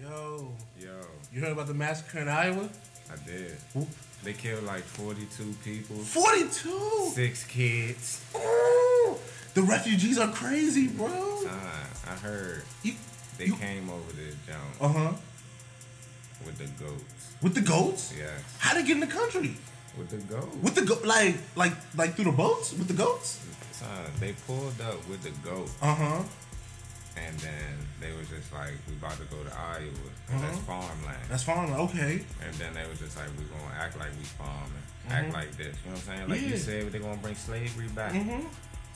Yo, Yo, you heard about the massacre in Iowa? I did. They killed like 42 people, 42! six kids. Ooh, the refugees are crazy, bro. Uh, I heard You, they You- came over to Jones uh huh. with the goats. With the goats? Yes, How they get in the country? with the goats. With the go- like like like through the boats? With the goats? Son, they pulled up with the goat, Uh huh. and then they was just like, "We about to go to Iowa, 'cause that's Mhm. farmland." That's fine. Okay. And then they was just like, "We gonna act like we farming, act like this." You know what I'm saying? Like you Mm-hmm. Yeah. said, they gonna bring slavery back. Mhm.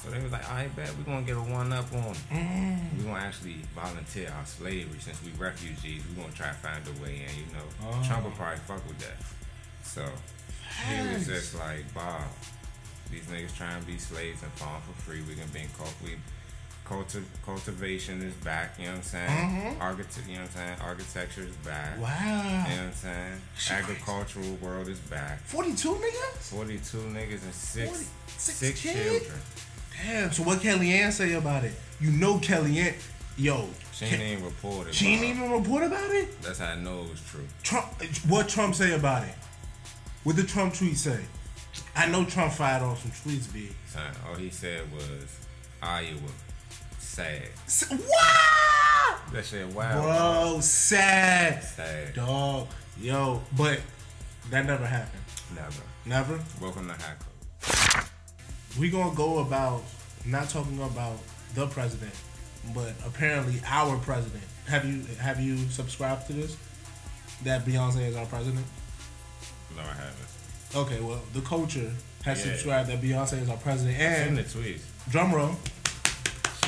So they was like, "I bet we gonna get a one up on. Mm. We gonna actually volunteer our slavery since we refugees. We gonna try to find a way in. You know, Oh. Trump will probably fuck with that." So he Facts. was just like, "Bob, these niggas trying to be slaves and farm for free. We gonna be in cult- we culti- cultivation is back. You know what I'm saying? Mhm. Architect, you know what I'm saying? Architecture is back. Wow. You know what I'm saying? Shit crazy. Agricultural world is back. 42 niggas? 42 niggas and six, 40 six six kids? children. Damn. So what Kellyanne say about it? You know Kellyanne. Yo. She Ke- ain't even reported. she ain't bro. even report about it? That's how I know it was true. Trump, what Trump say about it? What did Trump tweet say? I know Trump fired off some tweets, big. Son, Uh, all he said was Iowa. Sad. S- Wow, That shit wow. bro, sad, Sad. dog, yo. But that never happened. Never. Never. Welcome to High Club. We gonna go about not talking about the president, but apparently our president. Have you have you subscribed to this? That Beyonce is our president. No, I haven't. Okay, well, the culture has Yeah. subscribed that Beyonce is our president, In the and tweets. drum roll.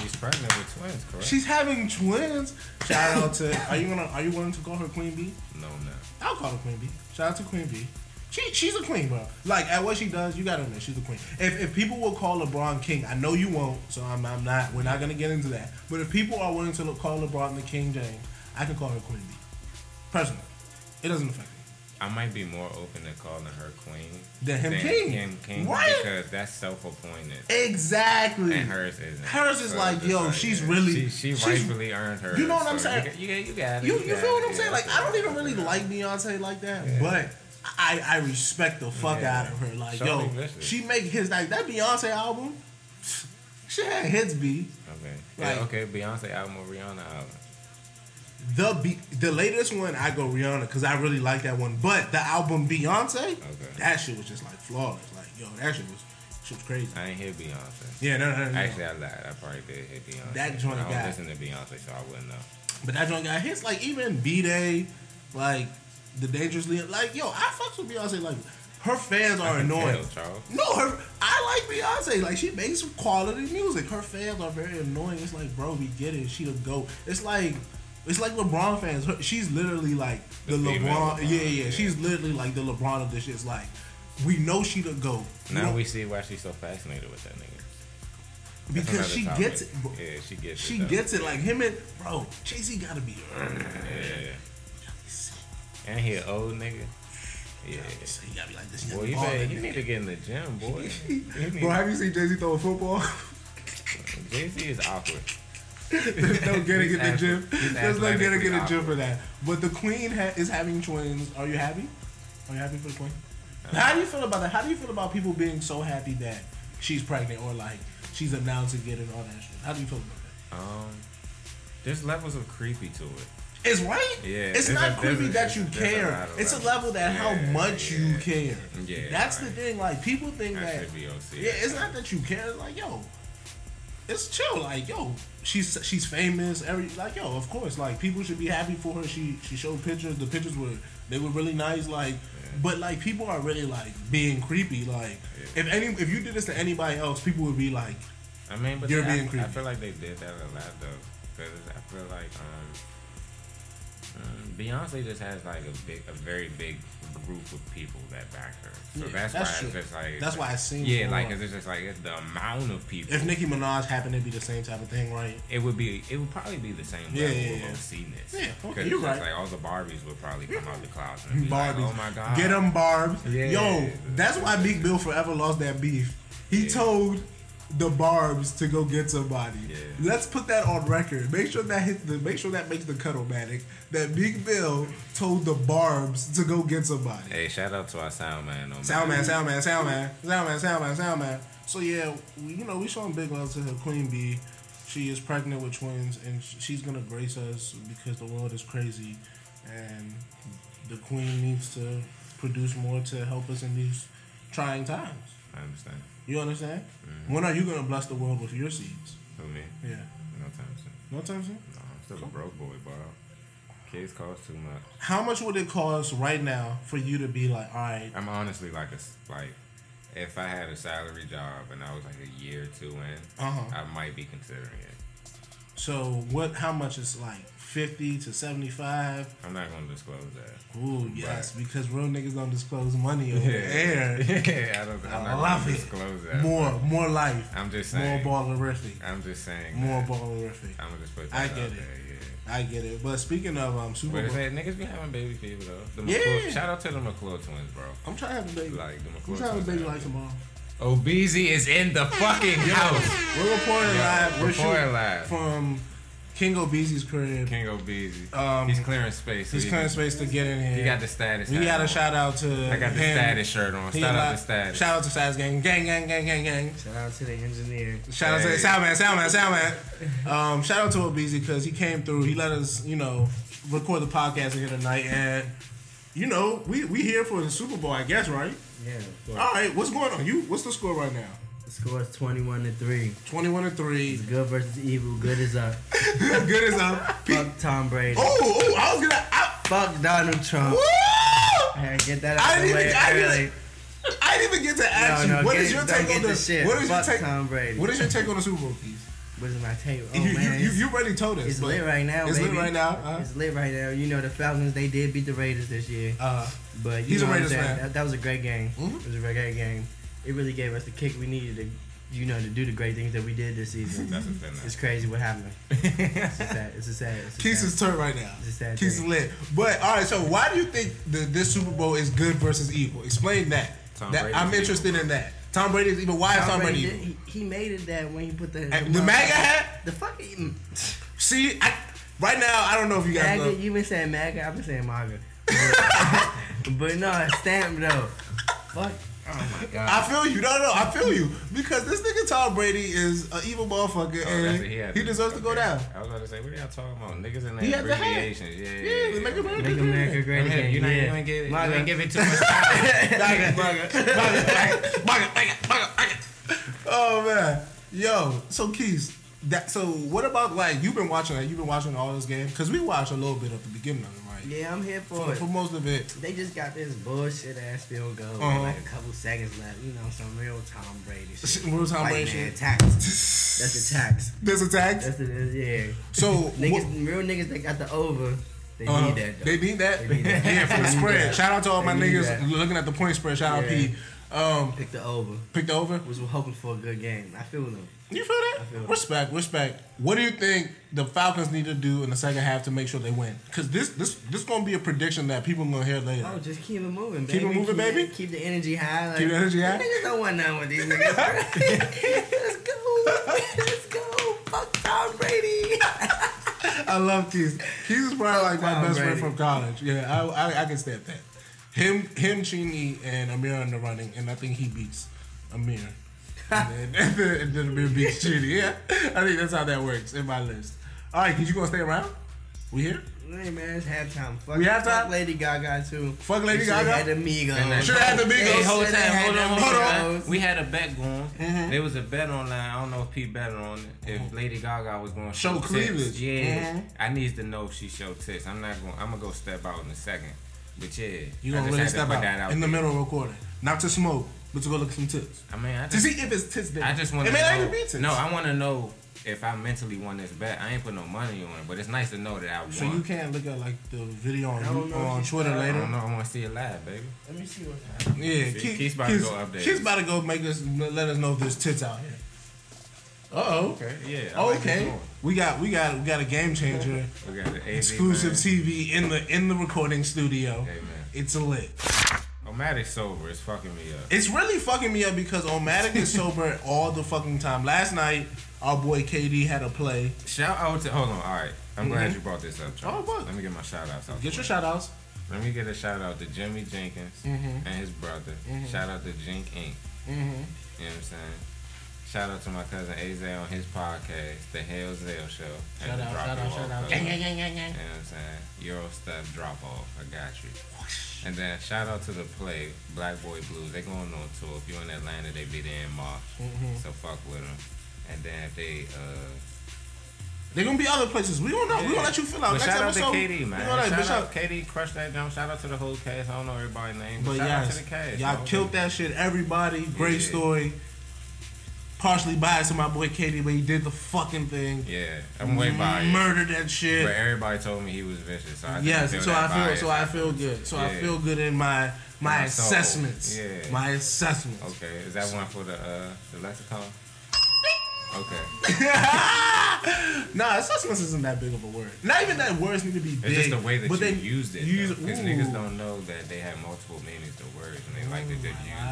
She's pregnant with twins, correct? She's having twins. Shout out to are you gonna are you willing to call her Queen B? no, no. I'll call her Queen B. Shout out to Queen B. She she's a queen, bro. Like at what she does, you gotta admit she's a queen. If, if people will call LeBron king, I know you won't, so I'm, I'm not. We're not gonna get into that. But if people are willing to look, call LeBron the King James, I can call her Queen B. Personally, it doesn't affect me. I might be more open to calling her queen Than him king. him king Right. because that's self appointed. Exactly. And hers isn't. Hers is like, just yo, she's really- She, she she's- rightfully earned her. You know what I'm so saying? You, you, you got it. You, you got feel what it, I'm saying? yeah, Like I don't even really yeah. like Beyonce like that, Yeah. but I I respect the fuck Yeah. out of her. Like Shawty yo, listen. she make his like that Beyonce album. She had hits be Okay. Yeah, Like- okay, Beyonce album or Rihanna album. the be- the latest one. I go Rihanna because I really like that one. But the album Beyonce, that shit was just like flawless. Like yo, that shit was shit was crazy. I ain't hear Beyonce. Yeah, no, no, no. no. Actually, I lied. I probably did hit Beyonce. That joint I don't got- listen to Beyonce, so I wouldn't know. but that joint got hits. Like even B Day, like the Dangerously, like yo, I fucks with Beyonce. Like her fans I are can annoying. tell, Charles. No, her. I like Beyonce. Like she makes some quality music. Her fans are very annoying. It's like, bro, we get it. She the goat. It's like, it's like LeBron fans. Her, she's literally like the, The female LeBron. LeBron, yeah, yeah, yeah. She's literally like the LeBron of this shit. It's like, we know she the goat. You Now know, we see why she's so fascinated with that nigga. That's because another she topic. gets it. Bro. Yeah, she gets She it. though. gets it. Like him and bro, Jay Z gotta be. Yeah. And he an old nigga. Yeah. So he gotta be like this. Boy, you, better, you need to get in the gym, boy. Bro, have you seen Jay Z throw a football? Jay Z is awkward. There's no getting He's in the gym. athlete- he's There's no getting in the athletically gym for that. But the queen ha- is having twins. Are you happy? Are you happy for the queen? Uh, How do you feel about that? How do you feel about people being so happy that she's pregnant or like she's announced again and all that shit? How do you feel about that? Um, there's levels of creepy to it. It's right. Yeah, It's there's not a- there's creepy a- that you there's a lot care. of It's a levels. level that Yeah, how much yeah. you care. Yeah, That's the right. thing. Like people think That that. should be OC. Yeah, it's not that you care. It's like yo, it's chill. Like yo, she's she's famous. Every like yo, of course. Like people should be happy for her. She she showed pictures. The pictures were they were really nice. Like, but like people are really like being creepy. Like if any if you did this to anybody else, people would be like, I mean, but You're they- I- being I, creepy. feel like they did that a lot though, because I feel like um, um, Beyonce just has like a big, a very big group of people that back her. So Yeah, that's that's, why true. it's just like That's why it seems Yeah, so like wrong. it's just like it's the amount of people. if Nicki Minaj happened to be the same type of thing, right? it would be, it would probably be the same Yeah, level yeah, yeah. of OC-ness. Yeah, okay, 'Cause you're it's just right. Like all the Barbies would probably come out the closet. And be Barbies, Like, oh my god. get them Barb's. Yeah. Yo, that's why Big Bill forever lost that beef. He Yeah. told the barbs to go get somebody. Yeah. Let's put that on record. Make sure that hits the. Make sure that makes the cut, O'Matic. That Big Bill told the barbs to go get somebody. Hey, shout out to our sound man. no matter- Sound man, sound man, sound man, sound man, sound man, sound man. So yeah, we, you know we showing big love to her queen bee. She is pregnant with twins, and sh- she's gonna grace us because the world is crazy, and the queen needs to produce more to help us in these trying times. I understand. You understand? When are you gonna bless the world with your seeds? Who me? Yeah. No time soon. No time soon. No, I'm still a broke boy, bro. Kids cost too much. How much would it cost right now for you to be like, all right, I'm honestly like a s- like, if I had a salary job and I was like a year or two in, uh huh. I might be considering it. So what? How much is like fifty to seventy five? I'm not gonna disclose that. Ooh, yes, because real niggas don't disclose money over air. yeah. I don't. I'm I not love gonna it. disclose that. More, more life, I'm just more saying. ballerific, I'm just saying. more that. ballerific. I'm gonna just put that I out get it. there. Yeah. I get it. But speaking of um But Super it's Bowl, like, niggas be having baby fever though. The Yeah. McClure, shout out to the McClure twins, bro. I'm trying to have a baby. Like the I'm McClure trying to have twins. a baby have- like tomorrow. Obeezy is in the fucking house. We're reporting live. We're reporting shooting live. from King Obeezy's crib. King Obeezy. Um, he's clearing space. so He's he clearing can- space to get in here. He got the status. we hat got on. a shout out to I got the him. status shirt on. He Shout out alive. to status. Shout out to status gang. Gang, gang, gang, gang, gang. Shout out to the engineer. Shout out to Hey. Soundman, Soundman, Soundman. Um, shout out to Obeezy because he came through. He let us, you know, record the podcast here tonight, and you know, we we here for the Super Bowl, I guess, right? Yeah, of course. All right, what's going on? You, what's the score right now? The score is 21 to 3. Twenty-one to three. It's good versus evil. Good is up. Good as up. Pe- Fuck Tom Brady. Oh, oh, I was gonna. I, Fuck Donald Trump. woo! I had to get that I out of the didn't way even- I didn't early. I didn't even get to ask No, you. no, What get is it- your don't take get on the the? shit. What is your Fuck take? Tom Brady. What is your take on the Super Bowl, please? What is my take? Oh, you, you, man. you you already told us. it's but lit right now, It's baby. lit right now. Uh, It's lit right now. You know, the Falcons, they did beat the Raiders this year. uh, But you He's a know what I'm Raiders saying? fan. That, that was a great game. Mhm. It was a very great game. It really gave us the kick we needed to, you know, to do the great things that we did this season. That's a thin it's crazy what happened. Uh, It's a sad. It's a sad. It's a Keith's sad. is turn right now. It's a sad Keith's thing. lit. But all right, so why do you think that this Super Bowl is good versus evil? Explain that. Tom that Brady's I'm interested evil. in that. Tom Brady is evil. Why is Tom Brady did- evil? he, he made it that when he put the And the MAGA hat. The fucking See, I, right now I don't know if you guys MAGA. know. You been saying MAGA. I've been saying MAGA. But, but no, it's stamp though. Fuck. Oh my god. I feel you. No, no, I feel you because this nigga Tom Brady is an evil Oh, motherfucker, and he, had deserves to go okay. down. I was about to say, what are y'all talking about? Niggas and He their had the hat. abbreviations. Yeah, Yeah, yeah, make yeah. America Make America great. great again. You're not yeah. even gonna give it. You MAGA. ain't give it too much time. Bugger, bugger, bugger, bugger, bugger, bugger, bugger. Oh man, yo. So Keys, that. So what about like you've been watching? Like, you've been watching all this game because we watched a little bit at the beginning of it, right? Yeah, I'm here for For, it. for most of it, They just got this bullshit ass field goal with Uh-huh. like a couple seconds left. You know, some real Tom Brady shit. real time White ratio. man tax. That's a tax. This attack. That's the yeah. So what- Niggas, real niggas that got the over. They uh, need that. Though. They need that. They need that. Yeah, for the They need spread. that. Shout out to all They my need niggas that. looking at the point spread. Shout out Yeah. P. Um, Pick the over. picked over. Was hoping for a good game. I feel them. You feel that? I feel it. respect, respect. What do you think the Falcons need to do in the second half to make sure they win? Because this, this, this gonna be a prediction that people gonna hear later. Oh, just keep it moving, baby. Keep it moving, baby? Keep the energy high. Like, Keep the energy high? Niggas don't want nothing with these niggas. Let's go. Let's go. Fuck Tom Brady. I love Keys. Keys is probably like my Tom best Brady. friend from college. Yeah, I, I, I can step that. Him, him, Chini, and Amir in the running, and I think he beats Amir. and, then, and, then, and then Amir beats Chini. Yeah, I think that's how that works in my list. All right, Keys, you gonna stay around? We here? Hey man, it's halftime. Fuck, We halftime? fuck Lady Gaga too. Fuck Lady We should've Gaga? Had the Migos. Should've had the Migos. They Hey, whole should've time, had hold the on, hold on. Migos. We had a bet going. Mhm. There was a bet online. I don't know if Pete betted on it. If Lady Gaga was going to Mm-hmm. Show show, cleavage. Tits. Yeah, Mhm. I need to know if she showed tits. I'm not going. to I'm gonna go step out in a second. But yeah, You I gonna just really had to step put out, that in the there. middle of recording, not to smoke, but to go look at some tips. I mean, I To just, see if it's tits there. I just want It to may not know. even be tits. No, I want to know if I mentally won this bet. I ain't put no money on it, but it's nice to know that I won. So you can't look at like the video on I don't know if on she's Twitter not- I later. don't know. I want to see it live, baby. Let me see what's Yeah, See, Keith's about to go update Keith's us. about to go make us let us know if there's tits out here. Uh oh. Okay. Yeah. I like this Okay. one. We got we got we got a game changer, We got the AV exclusive man. TV in the in the recording studio. Hey man. It's a lit. Oh, Omatic sober. It's fucking me up. It's really fucking me up because Omatic is sober all the fucking time. Last night, our boy KD had a play. Shout out to hold on. All right, I'm glad Mhm. you brought this up. Oh, Charles. what? Let me get my shout outs out. Get the your way. shout outs. Let me get a shout out to Jimmy Jenkins Mhm. and his brother. Mhm. Shout out to Jink Inc. Mm-hmm. You know what I'm saying? Shout out to my cousin Azel on his podcast, The Hell Zell Show. Shout Had to out, drop shout you out, off, shout out. cousin. Gang, gang, gang, gang, You gang. know what I'm saying? Euro stuff drop off. I got you. And then shout out to the play, Black Boy Blues. They going on tour. If you're in Atlanta, they be there in March. Mhm. So fuck with them. And then if they, uh, They're gonna be other places. We don't know. Oh, We yeah. gonna let you fill out But next shout out episode. to Katie, We man. gonna let- shout but shout- out Katie, crush that down. Shout out to the whole cast. I don't know everybody's name, But but, shout out yes, to the cast. y'all killed that shit. Everybody, great Yeah. story. Partially biased to my boy Katie, but he did the fucking thing. Yeah, I'm way biased. Murdered that shit. But everybody told me he was vicious. So I didn't Yes, feel so I that feel bias. so I feel good. So I Yeah. feel good in my my, My soul. assessments. Yeah. My assessments. Okay, is that one for the uh the lexicon? Okay, nah, assessments isn't that big of a word. Not even that words need to be it's big. just the way that but you they used it. use- Because ooh. niggas don't know that they have multiple meanings to words, and they like to just my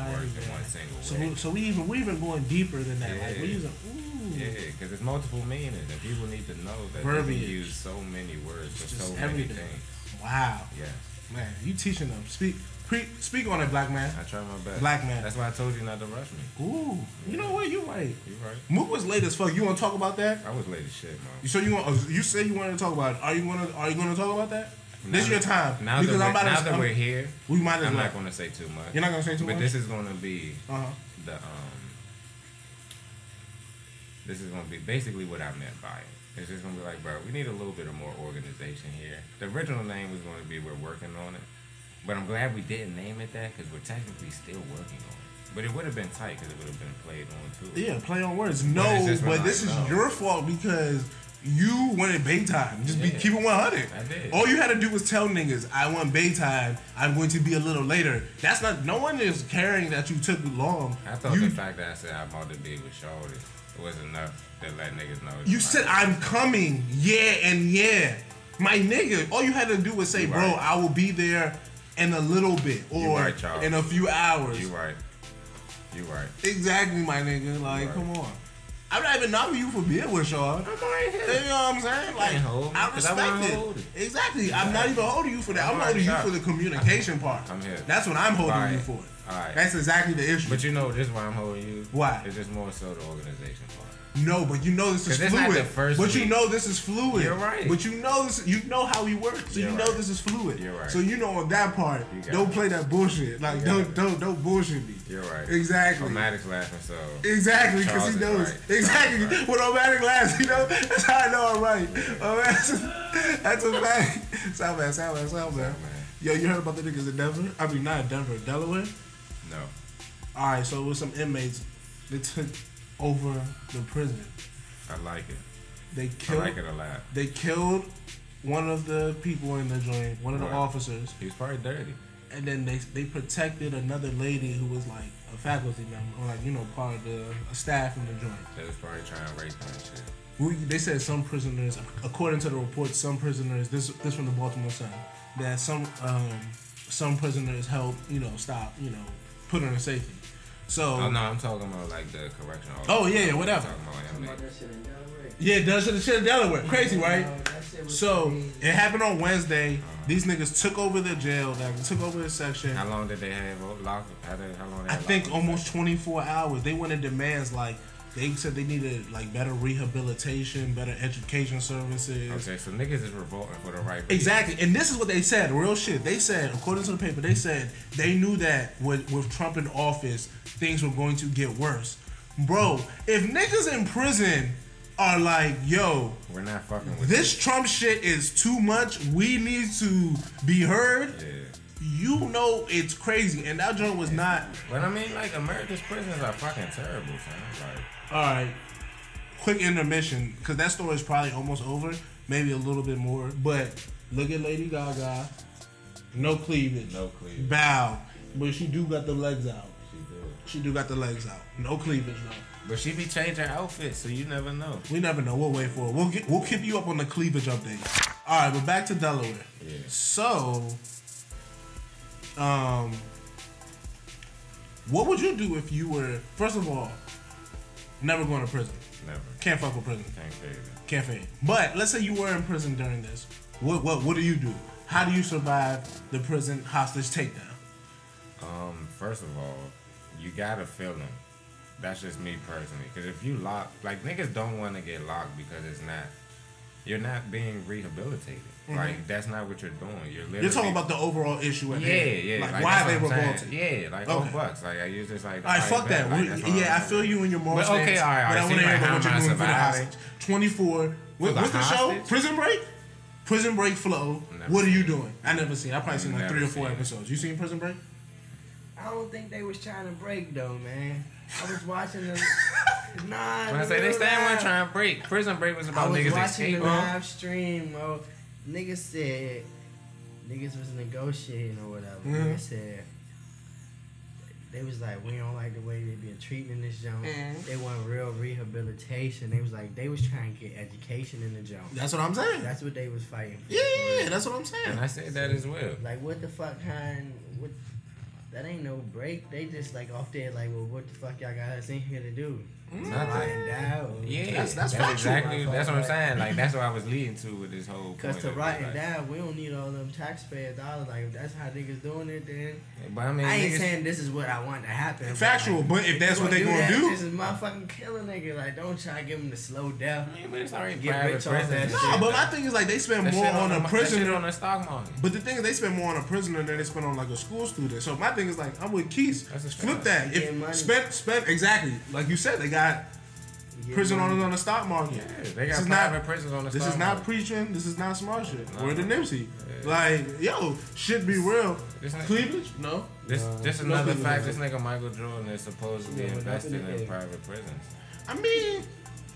use words in God. one single So, way. we- so we even we even going deeper than that. Like we Yeah. using ooh, Yeah, because it's multiple meanings, and people need to know that they Verbiage. can use so many words for just so many everything. things. Wow, Yeah, man, you teaching them. Speak, pre, speak on it, black man. I try my best. Black man. That's why I told you not to rush me. Ooh, you know what? You right. You right? Mook was late as fuck. You want to talk about that? I was late as shit, man. So you want? uh, You said you wanted to talk about it. Are you gonna? Are you gonna talk about that? this is Now- your time. Now that, we're, I'm now that I'm- we're here, we might as I'm well. not going to say too much. You're not gonna say too but much. this is going to be uh-huh. the um this is gonna be basically what I meant by it. It's just gonna be like, bro, we need a little bit of more organization here. The original name was gonna be we're working on it, but I'm glad we didn't name it that because we're technically still working on it. But it would have been tight because it would have been played on too. Yeah, play on words. it's No, just but not, this is no. your fault because you wanted Baytime. Just be Yeah. keep it 100. I did. All you had to do was tell niggas, I want Baytime. I'm going to be a little later. That's not. No one is caring that you took long. I thought you, the fact that I said I'm about to be with Shorty it was enough to let niggas know. You said I'm coming, yeah and yeah, my nigga. All you had to do was say, You "Bro, right. I will be there in a little bit or right, Charles. in a few hours." You right. You right. Exactly, my nigga. Like, right. come on. I'm not even knocking you for being with y'all. I'm right You know what I'm saying? Like, can't hold me, I 'cause I wanna respect hold it. it. Exactly. I'm not even holding you for that. I'm, I'm holding you already for the shot. communication part. I'm here. That's what I'm holding Right. you for. Alright. That's exactly the issue. But you know, this is why I'm holding you. Why? It's just more so the organization part. no, but you know this is 'Cause it's not fluid. the first but you week. know this is fluid. You're right. But you know this. You know how he works. So you You're know right. this is fluid. You're right. So you know on that part. You got Don't it. play that bullshit. Like You got don't it. don't don't bullshit me. You're right. Exactly. Automatic's laughing, so. Exactly, because he Charles is knows. right. Exactly. Charles is right. With automatic laughs, you know? That's how I know I'm right. Oh, man, that's, that's a fact. South man, South man, South man. South man. Yo, you heard about the niggas in Denver? I mean, not in Denver, Delaware? No. All right, so it was some inmates that took over the prison. I like it. They I killed, like it a lot. they killed one of the people in the joint, one of the Right. officers, He was probably dirty. and then they, they protected another lady who was like a faculty member, or like, you know, part of the a staff in the joint. They was probably trying to rape that shit. We, they said some prisoners, according to the report, some prisoners. This this from the Baltimore Sun that some um, some prisoners help you know stop you know put her in safety. So Oh, no, I'm talking about like the correction officer. Oh, yeah, yeah, whatever. I'm talking about him. that shit in Delaware. yeah, it does shit in shit in Delaware. Crazy, right? No, that shit was So crazy. it happened on Wednesday. These niggas took over the jail. Like, took over the section. How long did they have o- lock? How, did, how long? They I had think lock- almost 24 hours. They wanted demands like they said they needed like better rehabilitation, better education services. Okay, so niggas is revolting for the right. reason. Exactly, and this is what they said. Real shit. They said, according to the paper, they said they knew that with, with Trump in office, things were going to get worse. Bro, if niggas in prison are like, yo, We're not fucking with this Trump shit is too much. We need to be heard. this. Yeah. You know it's crazy, and that joint was not. But I mean, like America's prisons are fucking terrible, son. Like, All right, quick intermission because that story is probably almost over, maybe a little bit more. But look at Lady Gaga, no cleavage, No cleavage. bow, but she do got the legs out. she do. She do got the legs out, no cleavage though. But she be changing outfits, so you never know. We never know. We'll wait for it. We'll get, we'll keep you up on the cleavage update. All right, but back to Delaware. Yeah. So, um, What would you do if you were, first of all, never going to prison? Never. Can't fuck with prison. Can't say that. Can't fade. But let's say you were in prison during this. What what what do you do? How do you survive the prison hostage takedown? Um, first of all, you gotta feel them. That's just me personally. Because if you lock, like niggas don't want to get locked because it's not, you're not being rehabilitated. Like that's not what you're doing. You're literally. Mm-hmm. You're talking about the overall issue at Yeah, hand. yeah. Like, why that's they what I'm revolted. saying. Yeah, like Okay. oh bucks. Like I use this like. All right, fuck bet, that. like, We- that's what yeah, I I'm feel doing. you in your moral But stance. okay, all right, all But right. I See, want to hear like, how about what you're am I doing for the surviving? hostage. 24. What, the what's the show? hostage? Prison Break? Prison Break Flow. Never What are you seen it. doing? I never seen it. I probably seen like Never three or four seen it. episodes. You seen Prison Break? I don't think they was trying to break though, man. I was watching the nah. When I the say they little still weren't live- trying to break. Prison break was I about was niggas watching the escaping. live stream, bro. Niggas said niggas was negotiating or whatever. Mhm. Mm-hmm. They said they was like, we don't like the way they been treating this junk. Mhm. They want real rehabilitation. They was like, they was trying to get education in the junk. That's what I'm saying. That's what they was fighting for. Yeah, for yeah, real. yeah, that's what I'm And saying. I said that as well. Like what the fuck kind what that ain't no break. They just like off there like well what the fuck y'all got us in here to do? Nothing. Lying down. Yeah, That's- that's factual, exactly my that's what I'm fault. saying. Like that's what I was leading to with this whole. Cause point to of it, rot and like- die, we don't need all them taxpayer dollars. Like if that's how niggas doing it, then But I mean, I ain't niggas- saying this is what I want to happen. but, Factual, like, but if that's you what they gonna that, do- this is motherfucking killing nigga. Like don't try to give them the slow death. I mean, but it's already Get private rich off prison. that and shit. No, shit. but my thing is like they spend That more shit on a the- that shit prisoner on the stock market. But the thing is, they spend more on a prisoner than they spend on like a school student. So my thing is like, I'm with Keith. That's a Flip fact. that. Yeah, money. If spend spend exactly like you said, they got Get prison money. owners on the stock market. Yeah, they this got is private not prisons on the this stock is not market. preaching. This is not smart shit. No. We're the Nipsey. Yeah. Like yo, shit be real. This ain't- Cleavage? No. This, this No another people fact. do This nigga Michael Jordan is supposedly Yeah, but invested nothing in to- private prisons. I mean,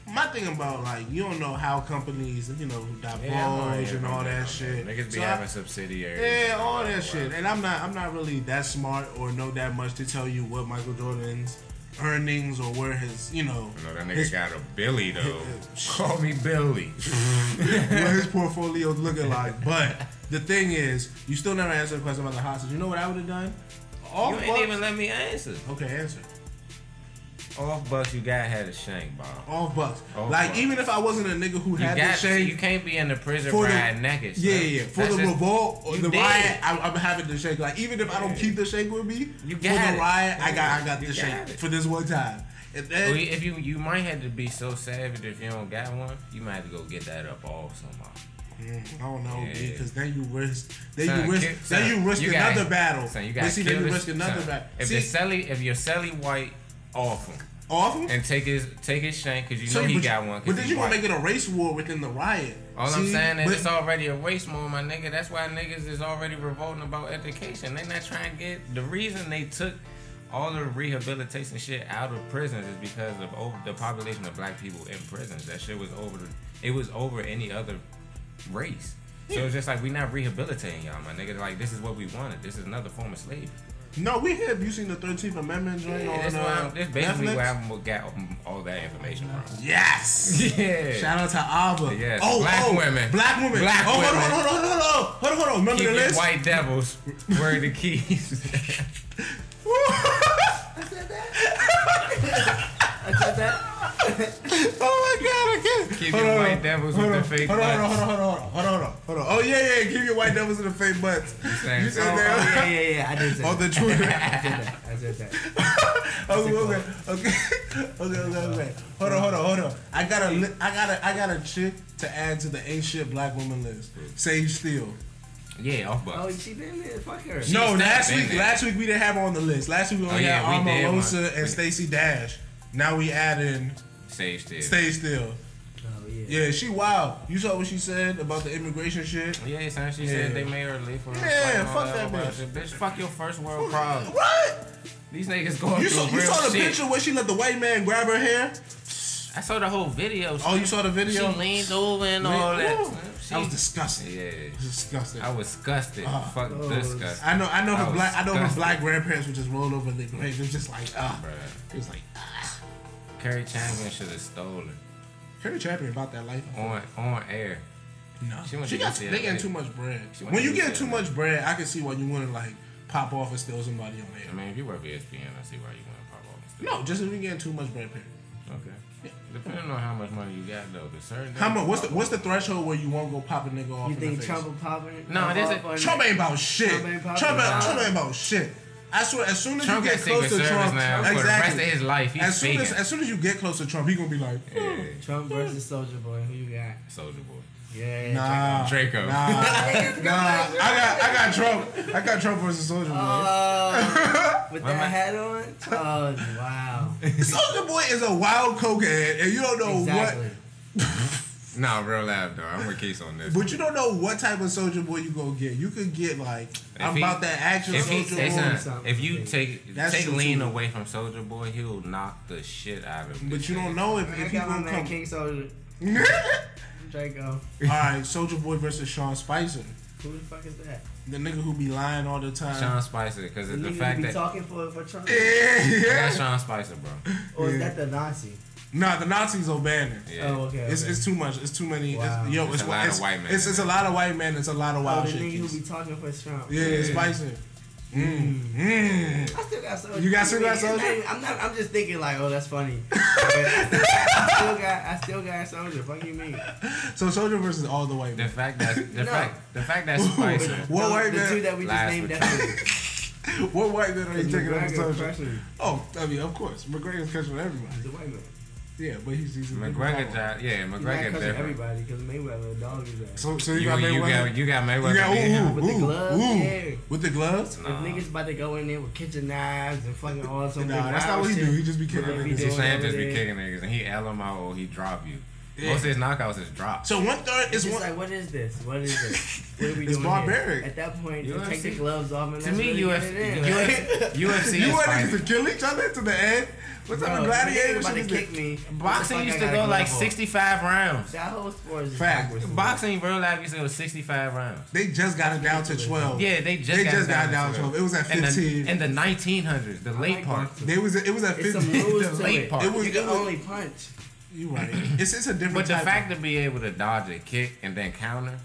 my thing about like you don't know how companies you know divulge Yeah, I'm already and all from that down shit. there. Niggas be So I- having subsidiaries. Yeah, all that Wow. shit. And I'm not I'm not really that smart or know that much to tell you what Michael Jordan's earnings or where his you know No, that nigga his, got a Billy though. Call me Billy. what his portfolio's looking like. But the thing is, you still never answered the question about the hostage. You know what I would have done? All you bucks- ain't even let me answer. Okay, answer. Off bucks, you gotta have a shank bomb. All bucks. All like bucks. even if I wasn't a nigga who You had got the shame, you can't be in the prison For the- riding naked. son. Yeah, yeah. yeah. For That's the just- revolt or you the did. riot, I, I'm having the shake. Like even if I don't Yeah. keep the shake with me, You for got the it. riot, I got I Yeah, got you the got shake it. for this one time. And then Well, if you you might have to be so savage if you don't got one, you might have to go get that up off somehow. Mm, I don't know, Yeah. because then you risk, then Son, you risk, kill- then son, you risk gotta- another battle. Son, you but got see, then you risk another battle. If see, the celly, if your celly white, off him off him. and take his take his shank because you So know he but, got one. 'cause But then he you gonna white. make it a race war within the riot. All I'm See? saying is But- it's already a waste mode, my nigga. That's why niggas is already revolting about education. They not trying to get the reason they took all the rehabilitation shit out of prisons is because of over, the population of black people in prisons. That shit was over. The, it was over any other race. So it's just like we not rehabilitating y'all, my nigga. Like this is what we wanted. This is another form of slavery. no, we have you seen the Thirteenth Amendment Yeah, joint that's on why uh, I'm- that's basically Netflix? where I mo- got um, all that information from. Yes. Yeah. Shout out to Abba. Yes, black women. Oh, Black women. Black oh, Hold women. on, hold on, hold on, hold on, hold on, hold on. Remember Keep the your list? white devils were the keys. oh I said my god, that. I can't. Keep Hold your on, white hold on, devils hold with on, the fake Hold on, hold butts. on, hold on, hold on, hold on, hold on. Oh yeah, yeah. Keep your white devils in the fake butts. saying You so. said Oh, yeah, that. yeah, yeah. I did say On that. Oh, the Twitter. I said that. I said that. okay, okay, okay, okay, okay, okay. Hold on, hold on, hold on. I got a, li- I got a, I got a chick to add to the ain't shit black woman list. Sage Steele. yeah, off bucks. Oh, she been there. Fuck her. She- No, She's last not been week, there. last week we didn't have her on the list. Last week we only Oh, yeah, we had did Arma one. Rosa and We- Stacey Dash. Now we add in Sage did. Stay Still. Oh yeah. Yeah, she wild. You saw what she said about the immigration shit. Yeah, son, she Yeah. said they made her leave for her. Yeah, and all fuck that other bitch. bullshit. Bitch, fuck your first world problem. What? These niggas going You through saw, you real saw the shit. picture where she let the white man grab her hair? I saw the whole video. Oh, you saw the she video? leaned over and Man, all that. ooh. son. She, That was disgusting. yeah, It was disgusting. I was disgusted. Ah. fuck Oh, disgusted. I know, I know I her was black, I know her disgusted. black grandparents would just roll over the grave. It was just like, ah, Bruh. it was like, ah. Kerry Champion should have stolen Carrie Champion about that life. on on air. No, She she, went to got UCLA. they getting too much bread. She went When to you get too UCLA. much bread, I can see why you want to like pop off and steal somebody on I air. mean, if you work for E ESPN, I see why you want to pop off and stuff. No, just if you're getting too much bread period. Okay. Depending on how much money you got, though, because certain. How much? What's the things- what's the threshold where you won't go pop a nigga off? You in think the face? Trump will pop it? No, pop this is- off on- Trump ain't about shit. Trump Trump ain't, ain't Trump, ain't- popping. Nah. Trump ain't about shit. I swear, as soon as Trump you get got Secret close to Service Trump, now for the rest of exactly. his life. He's As soon as, speaking. as soon as you get close to Trump, he gonna be like, Yeah, Trump versus Soldier Boy. Who you got? Soldier Boy. Yeah. Nah, Draco. nah, nah. I got, I got Trump. I got Trump versus Soldier Boy. Uh, Oh, with Why am I- that hat on? Oh, wow. Soldier Boy is a wild cokehead, and you don't know Exactly. Nah, real loud though. I'm with Keith on this. what. But you don't know what type of soldier boy you gonna get. You could get like I'm he- about that action If, he, soldier it's boy, not- if you take That's take true, lean too. away from Soldier Boy, he'll knock the shit out of. but this you don't nigga. know if, I if he got my gonna man come. King Soldier. Draco. All right, soldier boy versus Sean Spicer, Who the fuck is that? the nigga who be lying all the time. Sean Spicer, because The the nigga fact be that talking for, for Trump? Yeah, I got yeah. Sean Spicer, bro. Or is that the Nazi? Nah, the Nazis will ban it. Yeah. Oh, okay. It's, okay. it's too much. It's too many. Wow. It's, yo, it's, It's a lot of it's- white men. It's, it's a lot of white men. It's a lot of oh, wild the shit. nigga who kids. be talking for Trump. Yeah, it's Spicer. Mm. Mm. I still got soldier. You got- still got It's not Soulja? even- I'm not. I'm just thinking like, oh, that's funny. But I still got. I still got, I still got soldier. Fuck you, mean? So Soldier versus all the white The men. fact that the No. fact the fact that Spicer. What Those- white The man- two that we just Last named but after. What white men are you taking over McGregor Soldier? crushing Oh, I mean, of course, McGregor's catching everybody. the white man. Yeah, but he's he's a McGregor, different power. job, yeah, He's not McGregor crushing different. everybody because Mayweather a dog is that. So so You, you, you, got got Mayweather. you got Mayweather. You got beating him. ooh, With the ooh, gloves, ooh, yeah. ooh. With the gloves? Nah. If niggas about to go in there with kitchen knives and fucking all some Nah, wild that's not what he shit, do. He just be killing But they niggas. He doing Sanchez be everything. kicking niggas, and he LMO or he drop you. Yeah. Most of his knockouts is drop. So one third It's is just one. like, what is this? What is this? What are we It's doing? here? barbaric. At that point, you UFC. take the gloves off and to let's me, really get UFC, it in. UFC, UFC you is want niggas fine. to kill each other to the end? What type of Bro, gladiator niggas shit about to is that? kick me. What the Boxing fuck used I to gotta go like for? 65 rounds. That whole sport is just Fact. backwards. Boxing, real life used to go 65 rounds. They just got it down to twelve. Yeah, Oh. they just They got just it down got down to to 12. It was at In the- 15. In the 1900s, the late like part. boxing. They was it was at It's some fifteen. rules to Late it. part. It was- you it can was- only punch. You right. It's it's a different. But the type of- fact to be able to dodge a kick and then counter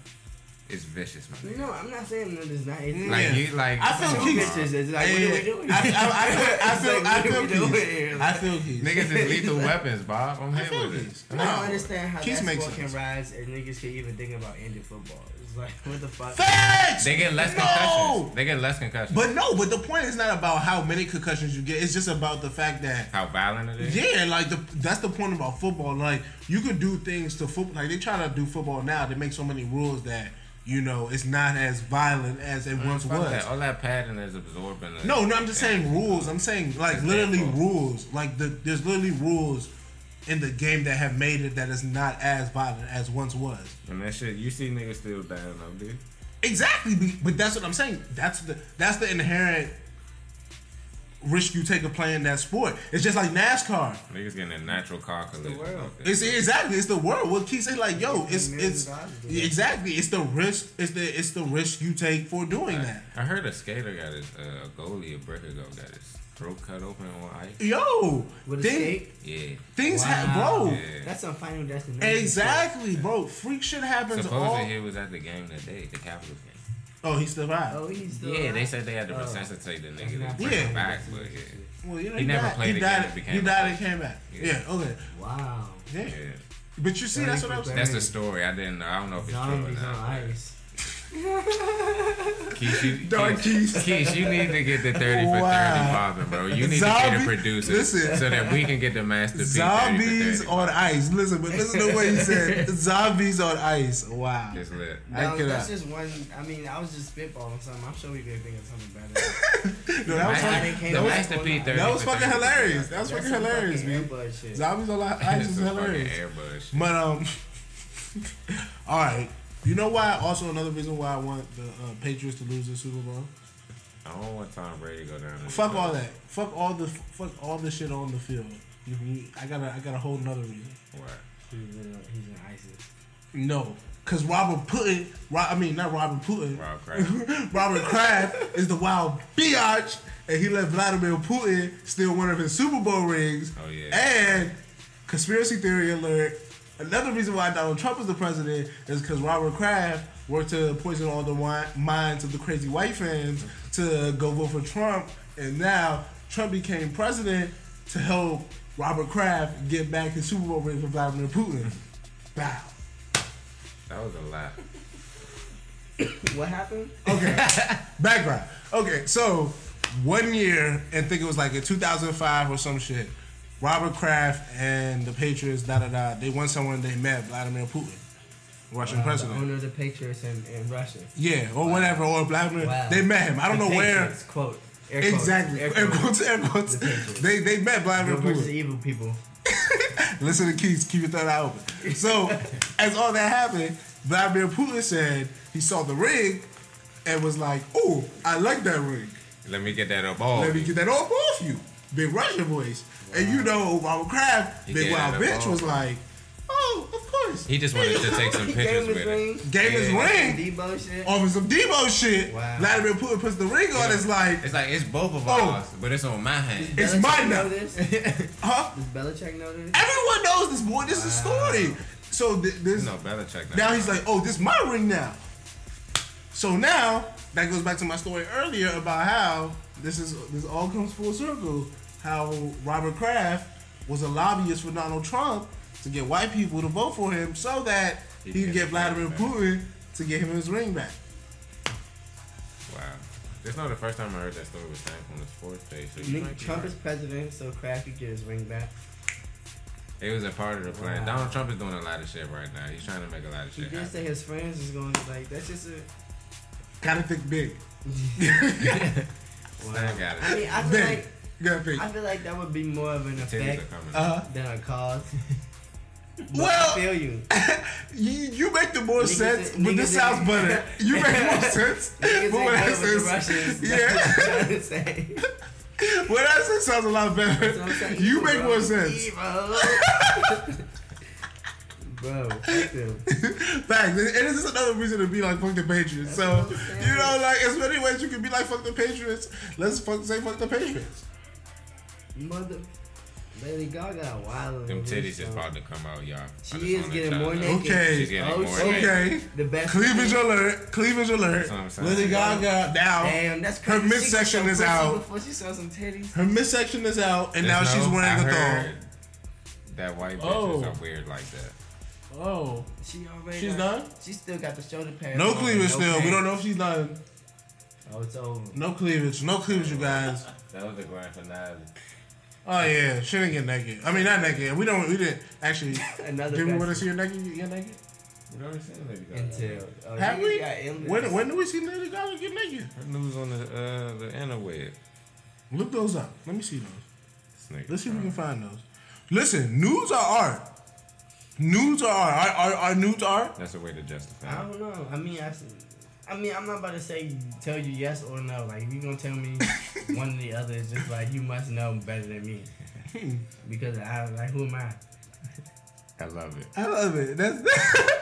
is vicious, man. No, I'm not saying that it's not. It's Mm. Like Yeah. you, like I feel Two Keith- bitches. It's like, what are we Yeah. doing? I I- I It's feel like, I what are feel we I feel doing Keith. here? I feel Keith. niggas is lethal weapons, Bob. I'm here feel with these. it. I No. don't understand how Keys that make sport can sense. rise and niggas can even think about ending football. It's like, what the fuck? Facts. They get less No! concussions. They get less concussions. But no, but the point is not about how many concussions you get. It's just about the fact that How violent it is. yeah, like the that's the point about football. Like you could do things to football. Like they try to do football now. They make so many rules that you know it's not as violent as it once Mm, Fuck was. that. All that padding is absorbing. the- No, no, I'm just saying rules. I'm saying like It's literally their fault. rules. Like the, there's literally rules in the game that have made it that it's not as violent as once was. And that shit, you see niggas still dying up, dude. Exactly, be- but that's what I'm saying. That's the that's the inherent risk you take of playing that sport. It's just like NASCAR. Niggas getting a natural car collision. world. out there. It's exactly it's the world. What keeps it like yo? It's Millions it's of dollars to do that. exactly it's the risk. It's the it's the risk you take for doing that. I heard a skater got his uh, a goalie a brick ago got his throat cut open on ice. Yo, With a thing- steak? Yeah. things happen, Wow. bro. Yeah. That's some final destination. shit. Exactly, bro. Freak shit happens all. Supposedly he was at the game that day, the Capitals game. Oh, he survived. Oh, he's still yeah, they alive? said they had to Oh. resuscitate the nigga That's to not bring Yeah. him back, but yeah. Well, you know, He never died. he played again Died, and became he a died and player. came back. Yeah. Yeah. okay. Wow. Yeah. yeah. But you see, that's what I was saying. That's the story. I didn't know. I don't know if it's Zombies true or on not. ice. Keith, you, Dark Keith. Keith, Keith, you need to get the 30 for 30 Wow. popping, bro. You need to get Zombie- a producer listen. so that we can get the masterpiece. 30 Zombies for 30. on ice. Listen, but listen to what he said. Zombies on ice. Wow. It's lit. I No, cannot. that's just one. I mean, I was just spitballing something. I'm sure we could think of something better. No, that was, Master- fucking- they came the back masterpiece on- 30 that was for fucking 30. hilarious. That was That's fucking some hilarious, fucking man. Airbud shit. Zombies on li- ice That's is some fucking hilarious. Airbus shit. But um, all right. You know why? Also, another reason why I want the uh, Patriots to lose the Super Bowl. I don't want Tom Brady to go down. there. Fuck all that. Fuck all the fuck all the shit on the field. You- you- I got to I got a whole nother reason. Why? He's in, he's in ISIS. No, because Robert Putin, Ro- I mean not Robert Putin, Rob Kraft. Robert Kraft is the wild biatch, and he left Vladimir Putin steal one of his Super Bowl rings. Oh, yeah. And conspiracy theory alert. Another reason why Donald Trump is the president is because Robert Kraft worked to poison all the wi- minds of the crazy white fans to go vote for Trump, and now Trump became president to help Robert Kraft get back his Super Bowl ring from Vladimir Putin. Bow. That was a lot. What happened? Okay. Background. Okay, so one year, and think it was like in 2005 or some shit, Robert Kraft and the Patriots, da da da, they went somewhere and they met Vladimir Putin, Russian Uh, the president. owner of the Patriots in, in Russia. Yeah, or whatever, or Vladimir. Wow. They met him. I don't The know where. Patriots, Quote. Air quotes, Exactly. air Air quotes. quotes, air quotes. The Patriots. They, they met Vladimir Good versus Putin. evil people. Listen to Keys, keep your third eye open. So, as all that happened, Vladimir Putin said he saw the ring and was like, "Oh, I like that ring. Let me get that up Oh, all. Let me get that off off you." Big Russian voice, and you know Robert Kraft, He Big did Wild have a Bitch ball. was like, "Oh, of course." He just wanted to take some He pictures gave him with his it. ring. Gave his Yeah. ring Debo shit. off of some Debo shit. Wow. Vladimir Putin puts the ring on. It's like, It's like it's both of Oh. us, but it's on my hand. it's Belichick mine know now. this? huh? Does Belichick know this? Everyone knows this boy. This is Wow. the story. So th- this No, Belichick. Now he's like, oh, this is my ring now. So now that goes back to my story earlier about how this is this all comes full circle. How Robert Kraft was a lobbyist for Donald Trump to get white people to vote for him so that he, He can could get get his Vladimir ring back. Putin to get him his ring back. wow. That's not the first time I heard that story was time from the sports page. So you might Nick be Trump right. is president, so Kraft could get his ring back. It was a part of the plan. Wow. Donald Trump is doing a lot of shit right now. He's trying to make a lot of He shit did happen. say his friends is going to like that's just a. Gotta think big. Stan got I it. mean, I feel Big. like You gotta think. I feel like that would be more of an Titties effect are coming. Uh, than a cause. But Well- I feel you. you, you make the more Niggas sense, is- but this niggas sounds is- better. You make more sense, Niggas but ain't what I good with the says, Russians. That's yeah. what I'm trying to say. What I said sounds a lot better. That's what I'm saying. You Evil, make bro. more sense. Evil. bro, fuck them. Facts. And this is another reason to be like fuck the Patriots. So That's what I'm saying. you know, like as many ways you can be like fuck the Patriots. Let's fuck say fuck the Patriots. Mother. Lady Gaga wild. Them titties is about to come out, y'all. I just She is wanna getting tell more y'all. naked. Okay. She's getting Oh, more shit. naked. Okay. The best. Cleavage thing- alert. Cleavage alert. That's what I'm saying. Lady Gaga now. Damn, that's Her crazy. She got midsection some is pussy out. Before she saw some titties. Her midsection is out, and now There's she's no- wearing I a thong. heard That white bitches Oh. are weird like that. Oh, She already. She's got- done? She still got the shoulder pads. no on, cleavage still. We pants. don't know if she's done. Oh, it's over. No cleavage. No cleavage, you guys. That was the grand finale. Oh yeah, she didn't get naked. I mean, not naked. We don't. We didn't actually. Another. Did we want to best see her naked? You get naked? You already seen Lady Gaga. Until. Oh, Have you we? got endless. When when do we see Lady Gaga get naked? Her news on the uh, the interweb. Look those up. Let me see those. This nigga Let's see if we trying. can find those. Listen, nudes are art. Nudes are art. Are, are, are nudes art? That's a way to justify. I it. don't know. I mean, I, s- I mean, I'm not about to say tell you yes or no. Like, if you gonna tell me one or the other, it's just like you must know better than me because I like who am I? I love it. I love it. That's.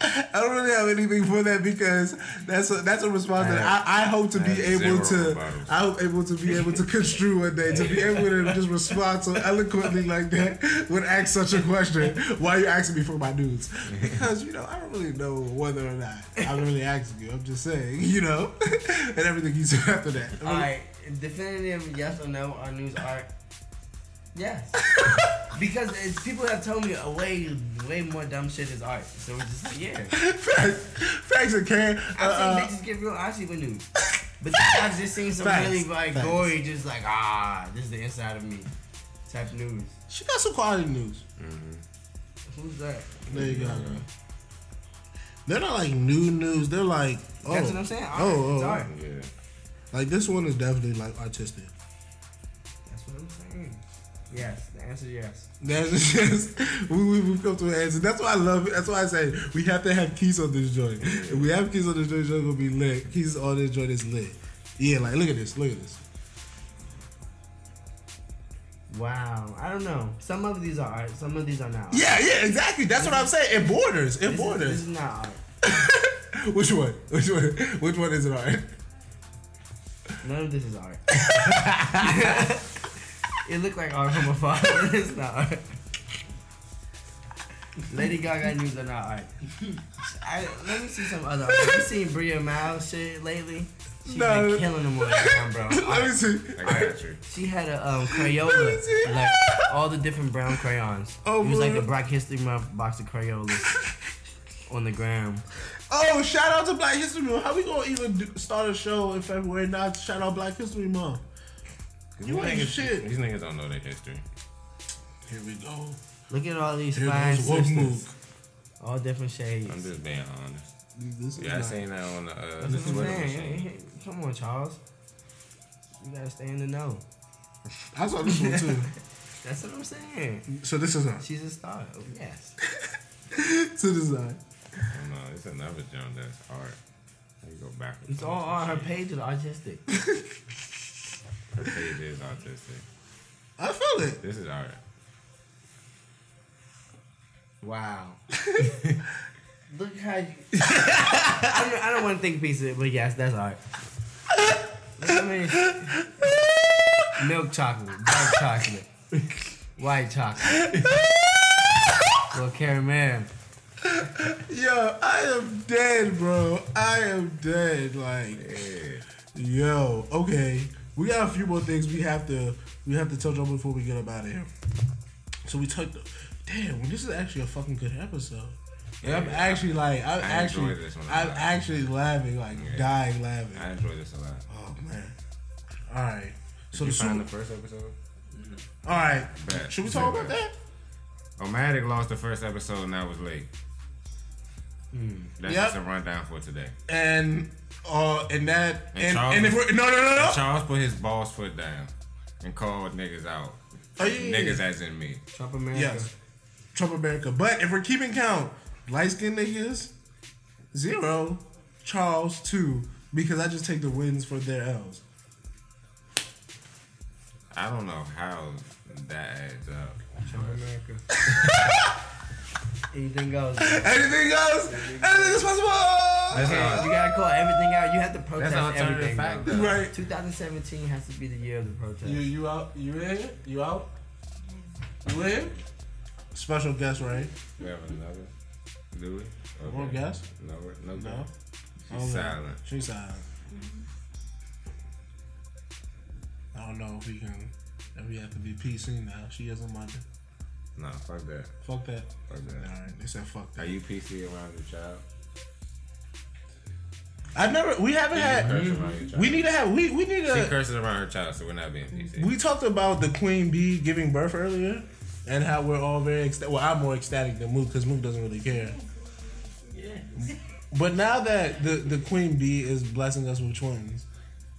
I don't really have anything for that because that's a, that's a response that I, I hope to I be have able zero to rebuttals. I hope able to be able to construe one day to be able to just respond so eloquently like that when asked such a question. Why are you asking me for my nudes? Because you know I don't really know whether or not I'm really asking you. I'm just saying you know, and everything you said after that. All right, definitive yes or no on news art. Yes, because it's, people have told me a way, way more dumb shit is art. So we're just like, yeah. Facts, facts, and can. Uh, I've uh, seen bitches get real artsy with nudes. But then I've just seen some Facts, really like facts. gory, just like ah, this is the inside of me, type news. she got some quality news. Who's that? There you go. They're not like new news. They're like oh, That's what I'm saying. Art. Oh, It's oh, art. Yeah. like this one is definitely like artistic. That's what I'm saying. Yes, the answer is yes. That's just we we we've come to an answer. That's why I love it. That's why I say we have to have keys on this joint. If we have keys on this joint, it's gonna be lit. Keys on this joint is lit. Yeah, like look at this, look at this. Wow. I don't know. Some of these are art. Some of these are not. Art. Yeah, yeah, exactly. That's what I'm saying. It borders. It This is, this borders. is not art. Which one? Which one? Which one is it art? None of this is art. it looked like art from afar. but it's not art. Lady Gaga news are not art. I, let me see some other art. Have you seen Bria Miles shit lately? She's No. been killing them on Instagram, bro. Let me see. I got you. She had a um, Let me see. Crayola, like all the different brown crayons. Oh, it was like bro. the Black History Month box of Crayolas on the gram. Oh, shout out to Black History Month. How we gonna even do, start a show in February and not shout out Black History Month? You ain't These niggas- shit. These niggas don't know their history. Here we go. Look at all these Here fine goes woke sisters, move. all different shades. I'm just being honest. This is Yeah, I not- seen that on the, uh, That's the what Twitter I'm saying. machine. Come on, Charles. You gotta stay in the know. I saw this one too. That's what I'm saying. So this is not. She's a star. Oh, yes. So this is not. I don't know. It's another jump that's art. You go back. and It's forth all and on her shit. page is artistic. Her page is autistic. I feel it. This is art. Wow. Look how you. I don't, I don't want to think piece of it, but yes, that's art. Look how many- Milk chocolate, dark chocolate, white chocolate, little caramel. Yo, I am dead, bro. I am dead. Like, Yeah. yo. Okay, we got a few more things we have to we have to touch on before we get up out of here. So we took. the- Damn, this is actually a fucking good episode. And I'm Yeah. actually like, I'm I actually, enjoyed this one a I'm lot. actually laughing, like Yeah. dying laughing. I enjoy this a lot. Oh man. All right. Did So you the find Super. the first episode? All right. Bet. Should we talk about that? Omatic Oh, lost the first episode and I was late. That's Yep. just a rundown for today. And uh, and that And and Charles- and if we're no no no no. Charles put his boss foot down and called niggas out. Oh, yeah, yeah, niggas yeah. as in me. Trump America. Yes. Trump America. But if we're keeping count, light skinned niggas zero, Charles two, because I just take the wins for their L's. I don't know how that adds up. Trump America. Anything goes. Anything else? Anything is possible. That's Okay, all. you gotta call everything out. You have to protest Uh-huh. That's an alternative everything. fact, bro. though. Right. 2017 has to be the year of the protest. You you out? You in? You out? You in? Special guest, right? We have another. Do we? Okay. More guest? No, no, No. I guess. don't She's know. silent. She's silent. I don't know if we can. If we have to be PC now. She isn't my. No, fuck that. Fuck that. Fuck that. Alright, they said fuck Are that. you PC around your child? I've never. We haven't Curse had. around your child? We need to have. We we need She to. curses around her child, so we're not being PC. We talked about the queen bee giving birth earlier, and how we're all very ecstatic. Well, I'm more ecstatic than Mook because Mook doesn't really care. Yeah. But now that the the queen bee is blessing us with twins,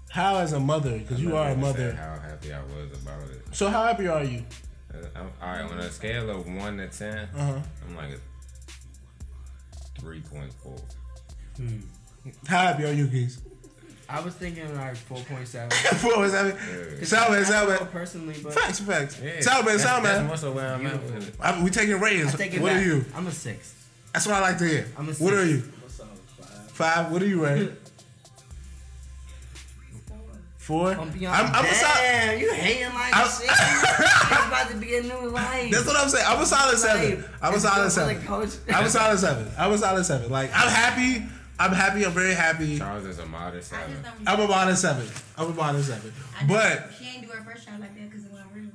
how as a mother? Because you I are a never mother. said How happy I was about it. So how happy are you? Uh, I'm, all right, on a scale of one to 10 Uh huh. I'm like a three point four. How happy are you, Keys? I was thinking like 4.7. Four was happy. Yeah. Salman, I don't know Salman. personally, but Facts, facts. Yeah, Salman, that's, That's Salman. more so where I'm at with it. I- We taking ratings. I take it What back. are you? I'm a six. That's what I like to hear. I'm a What six. are you? Five. What are you rating? Four. I'm I'm, beyond. I'm a solid. Damn, you hating like I'm- shit. it's about to be a new life. That's what I'm saying. I'm a solid seven. I'm a solid seven. Coach. I'm a solid seven. I'm a solid seven. Like I'm happy. I'm happy. I'm very happy. Charles is a modest I seven. just don't. I'm a modern seven. I'm a modern seven. I just- But she ain't do her first shot like that because it went real.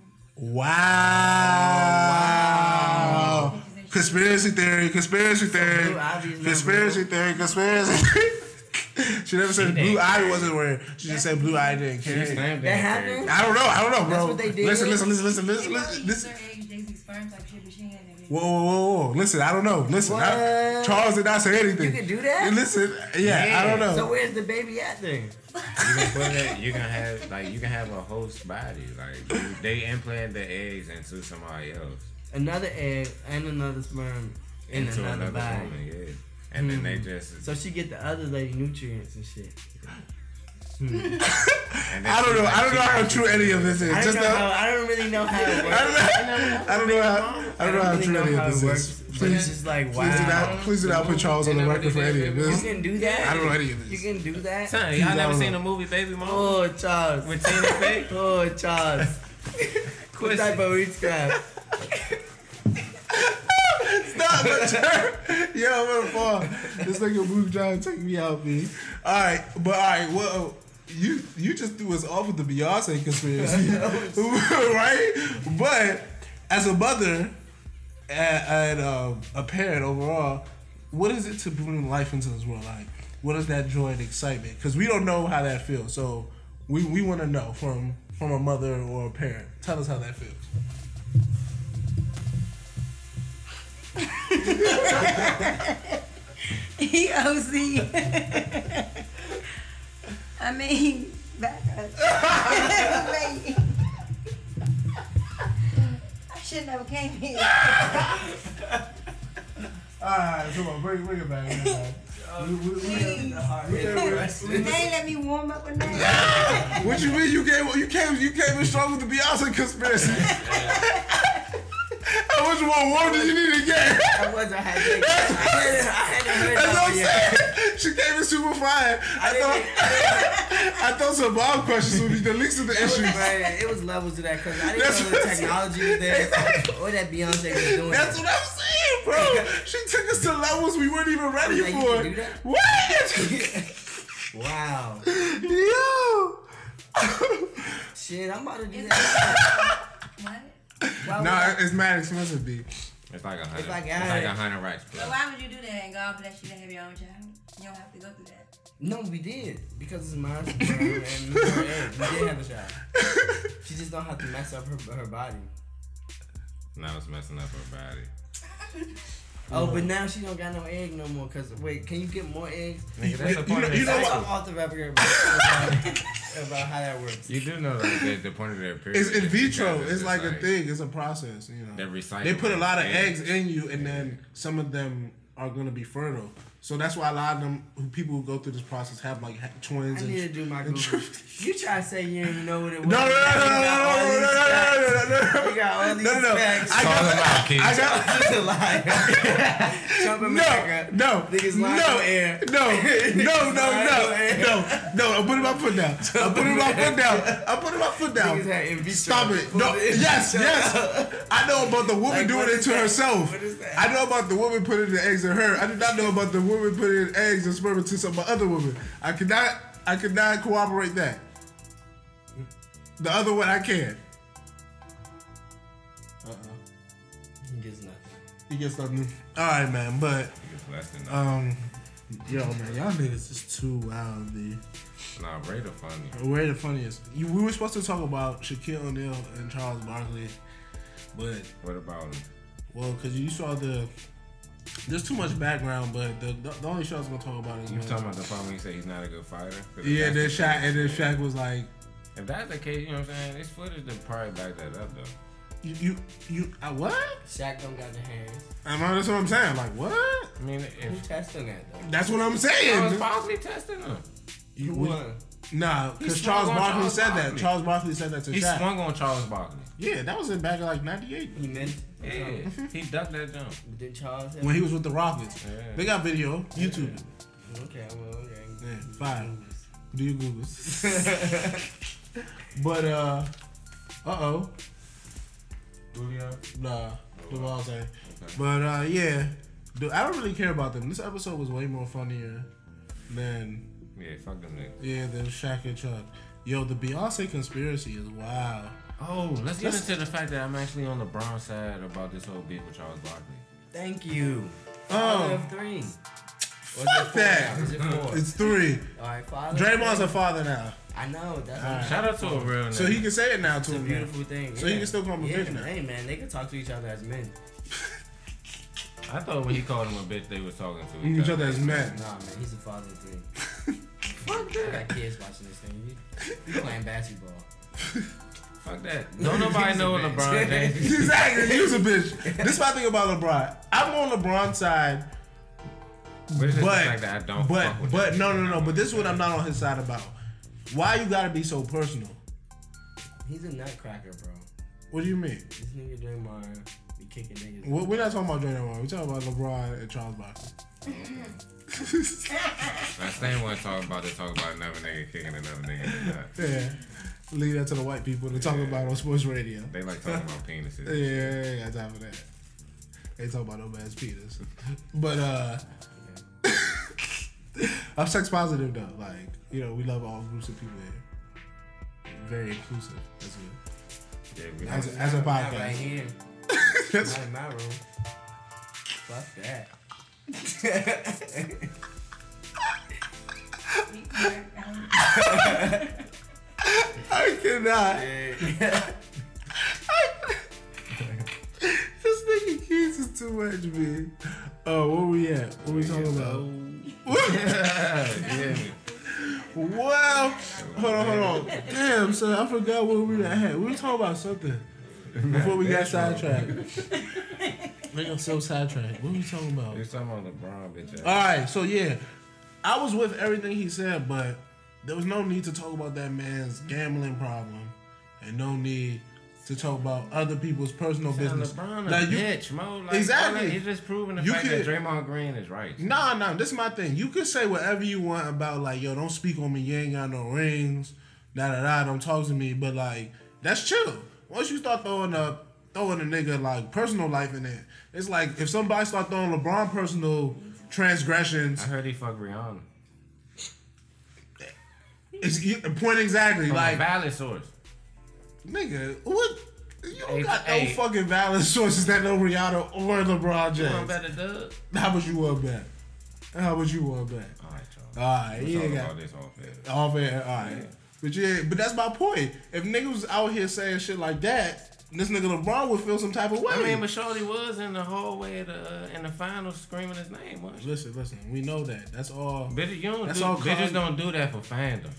Wow. Conspiracy theory, conspiracy theory, Blue Ivy's not conspiracy theory, conspiracy theory. she never said didn't blue eye care. wasn't wearing. She just said blue eye didn't She care. slammed That it. happened? I don't know. I don't know, bro. That's what they did? Listen, listen, listen, listen, listen, They probably listen. used listen. her age, Daisy's sperm type shit, but she ain't had that. Whoa, whoa, whoa, whoa! Listen, I don't know. Listen, I, What? Charles did not say anything. You can do that? Listen, yeah, I don't know. So where's the baby at then? You can put it. You can have like you can have a host body. Like you- they implant the eggs into somebody else, Another egg and another sperm in into another, another bag. woman. Yeah, and then Hmm. they just. So she get the other lady nutrients and shit. and then I don't she, know. like, I don't she know how got true you. any of this is. I don't Just know. know. How, I don't really know how it I works. don't know. I don't know how. I don't know how really true know any how of this it works. is. But Please it's just like wow. Please do not, please do not put Charles on the record for any of You this. can do that. I don't know any of You this. can do that. Son, y'all never seen the movie Baby Mama Oh, Charles. with Tina Fey? Oh, Charles. what type of witchcraft? Stop it, sir. Yo, I'm gonna fall. This nigga Luke trying to take me out, B. All right, but all right, well, you you just threw us off with the Beyonce conspiracy, right? But as a mother and, and um, a parent overall, what is it to bring life into this world? Like, what is that joy and excitement? Because we don't know how that feels, so we, we want to know from from a mother or a parent. Tell us how that feels. EOC. I mean, back up. Wait. I should never came here. All right, come on, bring bring it back. Bring it back. We- we- we- they ain't let me warm up with that. What you mean you came you came you came in strong with the Beyonce conspiracy? How much more warm did you need to get? I was. I had. I hadn't, I hadn't heard That's that what one I'm yet. saying. She came in super fire. I I thought didn't- I thought some bomb questions would be the least of the It was, issues. man, it was levels to that because I didn't That's know what the I'm saying. technology was there or that Beyonce was doing. That's it. what I'm saying, bro. She took us to levels we weren't even ready Like, you for. can do that? What? wow. Yo. Shit, I'm about to do that. What? Why would Nah, I- it's mad expensive, B. It's like a hundred. It's like like a I uh, had- hundred rights. But why would you do that? And God bless you to have your own child. You don't have to go through that. no, we did because it's mine and her egg. We did have a child. She just don't have to mess up her her body. Now it's messing up her body. Oh, but now she don't got no egg no more. Cause wait, can you get more eggs? You- Nigga, that's the you point know- of you the know That's what? cycle. some off the record about, about how that works. You do know like, the, the point of their period. It's in is because vitro. It's like a like- thing. It's a process. You know. They recycle They put a it. lot of Yeah. eggs in you, and then some of them are gonna be fertile. So that's why a lot of them who people who go through this process have like ha- twins. I and need to do my and Google. You try to say you didn't even know what it was. No, no, no, no, no, You got no, no, no, no, no, no, no, no. all these facts. You got all these No, no, no. facts. I Call got- them out, kids. I got. Trump is a liar. Trump America. No, no, Niggas no, lying on air. no, no, no, lying on no, air. no, no. I'm putting my foot down. I'm putting my foot down. I'm putting my foot Niggas had in down. vitro. Stop it. No, Put it in yes, vitro. yes. I know about the woman Like, doing what it is to that? herself. What is that? I know about the woman putting the eggs in her. I did not know about the woman putting eggs and sperm into some other woman. I cannot, I cannot corroborate that. The other one I can. Niggas nothing. You get something. All right, man. But It's less than that. um, yo, man, y'all niggas is too wild, dude. Uh, Nah, rate of funny. Where the funniest? You, we were supposed to talk about Shaquille O'Neal and Charles Barkley, but What about him? well, because you saw the there's too much background, but the the, the only show I was gonna talk about is You when- talking about the part when you say he's not a good fighter? 'Cause if Mm. yeah, that's then the Shaq case- and then Shaq was like, If that's the case, you know what I'm saying? This footage to probably back that up though. you you, you I, what? Shaq don't got the hands. I mean, that's what I'm saying. Like what? I mean, Who if testing that though? That's what I'm I was saying. possibly testing him, You- Who we- won? nah, because swung Charles on Barkley Charles said that. Barkley. Charles Barkley said that to he Shaq. swung on Charles Barkley. Yeah, that was in back in like '98 He meant. Yeah, he ducked that jump. But Did Charles? Have when he was with the Rockets. Yeah. They got video, YouTube. it. Okay, well, okay. Yeah, fine. Do your Googles. But uh, uh oh, Julio. nah, Oh, the ball thing. But uh, yeah, dude, I don't really care about them. This episode was way more funnier than Yeah, fuck them niggas. yeah than Shaq and Chuck. Yo, the Beyonce conspiracy is wild. Oh, let's get Let's- into the fact that I'm actually on LeBron's side about this whole beef with Charles Barkley. Thank you. Oh. Father of three. Fuck that. Is it four? It's three. All right, father. Draymond's a father now, I know. That's All right. Shout out to a real nigga. so he can say it now to It's a him. beautiful thing. So he can still call him a yeah, bitch now. Hey man, they can talk to each other as men. I thought when he called him a bitch, they was talking to Each other as men. Nah, man, he's a father of three. Fuck that. got kids watching this thing. You, you playing basketball. Fuck that. Don't nobody know what He's a LeBron bitch. James. Exactly, he was a bitch. This is my thing about LeBron. I'm on LeBron's side But it's just But the fact that I don't but fuck with but him. no no no. But this is what I'm not on his side about. Why you gotta be so personal? He's a nutcracker, bro. What do you mean? This nigga Draymond be kicking niggas. We- We're not talking about Jordan Wall. We're talking about LeBron and Charles Barkley. I same one talk about to talk about another nigga kicking another nigga. in the nuts. yeah, leave that to the white people to talk about on sports radio. They like talking about penises. Yeah, yeah, yeah, time for that. They talk about no man's penis, but uh, I'm sex positive though. Like you know, we love all groups of people here. Very inclusive. That's good. Yeah, we As- don't- as a not podcast. right here. That's- Not in my room. Fuck that. We are, um, I cannot. This nigga keys is too much, man. Oh, where we at? What we talking about? yeah. Wow. Hold on, hold on. Damn, son, I forgot what we at. We were talking about something before we got sidetracked. Nigga, I'm so sidetracked. What were we talking about? You're talking about LeBron, bitch. All right, so yeah, I was with everything he said, but there was no need to talk about that man's gambling problem, and no need to talk about other people's personal business. LeBron a Like, you- bitch, Mo. Like, Exactly. all that- He's just proving the You fact could- that Draymond Green is right. Nah, nah, this is my thing. You can say whatever you want about like, yo, don't speak on me, you ain't got no rings, da da da, don't talk to me, but like, that's chill. Once you start throwing up throwing a nigga like personal life in there, it's like if somebody start throwing LeBron personal transgressions, I heard he fucked Rihanna. it's you- point exactly From like, a like valid source. nigga, what you don't Hey, got no hey. fucking valid sources that know Rihanna or LeBron You want James. better, Doug? How much you want back? How much you want back? All right, y'all. Alright, We're yeah, talking got about this off air. Off air, all right. But yeah, but that's my point. If niggas was out here saying shit like that, this nigga LeBron would feel some type of way. I mean, but Shorty was in the hallway of the, uh, in the finals screaming his name, wasn't she? listen, listen, we know that. That's all. Bitch, you don't That's do, all bitches Kanye- don't do that for fandom.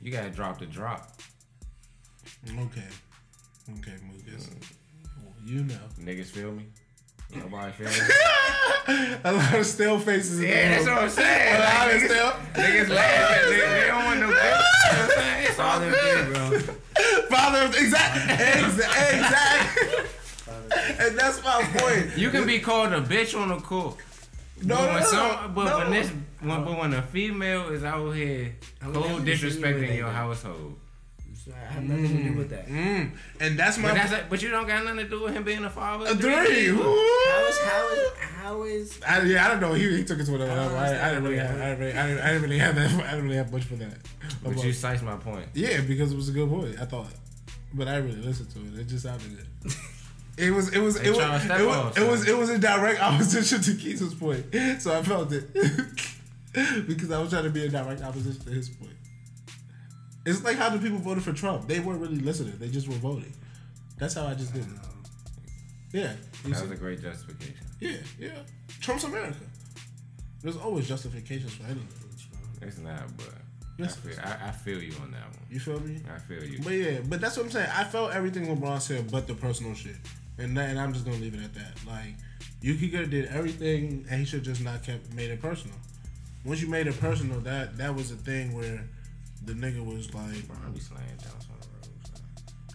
You gotta drop the drop. Okay, okay, Mugus. You know, Niggas feel me? Nobody feel me? a lot of stale faces. in the yeah, that's room. what I'm saying. A lot Like, of stale. niggas laughing. They, they don't want no bitch. You know what I'm saying? It's all Father of good. three, bro. Father, exactly, exactly. and that's my point. You can be called a bitch on the court. No, but no, when no, some, but no. when this, when, but when a female is out here never cold agree with disrespecting that, your though. household, So I have nothing to do with that. Mm, and that's my but that's like, but you don't got nothing to do with him being a father. a of three. people. How is how is how is I, yeah, I don't know. He, he took it to another Oh, level. I, I didn't really, understand. have, I didn't really, I didn't, I didn't really have that. I didn't really have much for that. But you cites my point. yeah, because it was a good point. I thought, but I really listened to it. It just sounded good. It was, it was, They it was, trying to step it was, on us, it was, son. it was in direct opposition to Keith's point, so I felt it because I was trying to be in direct opposition to his point. It's like how the people voted for Trump. They weren't really listening. They just were voting. That's how I just did it. Yeah, you That see? was a great justification. Yeah, yeah. Trump's America. There's always justifications for anything. It's not, but Yes. I, feel, I, I feel you on that one. You feel me? I feel you. But yeah, but that's what I'm saying. I felt everything LeBron said, but the personal shit, and that, and I'm just gonna leave it at that. Like, you could have did everything, and he should just not kept made it personal. Once you made it personal, that that was a thing where the nigga was like, Bron be slaying Johnson on the road. son.